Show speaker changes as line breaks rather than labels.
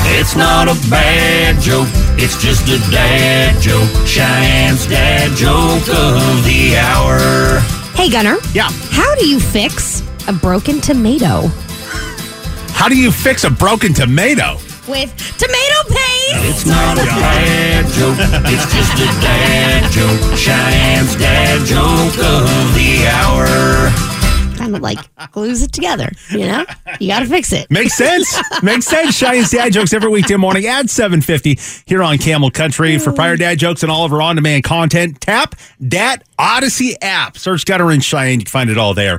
It's not a bad joke, it's just a dad joke. Cheyenne's dad joke of the hour.
Hey, Gunner,
Yeah.
how do you fix a broken tomato?
How do you fix a broken tomato?
With tomato paste!
It's not a bad joke, it's just a dad joke. Cheyenne's dad joke of the hour.
kind of like glues it together, you know? You got to fix it.
Makes sense. Makes sense. Cheyenne's dad jokes every weekday morning at 750 here on Camel Country. For prior dad jokes and all of our on-demand content, tap that Odyssey app. Search Gutter and Cheyenne. You can find it all there.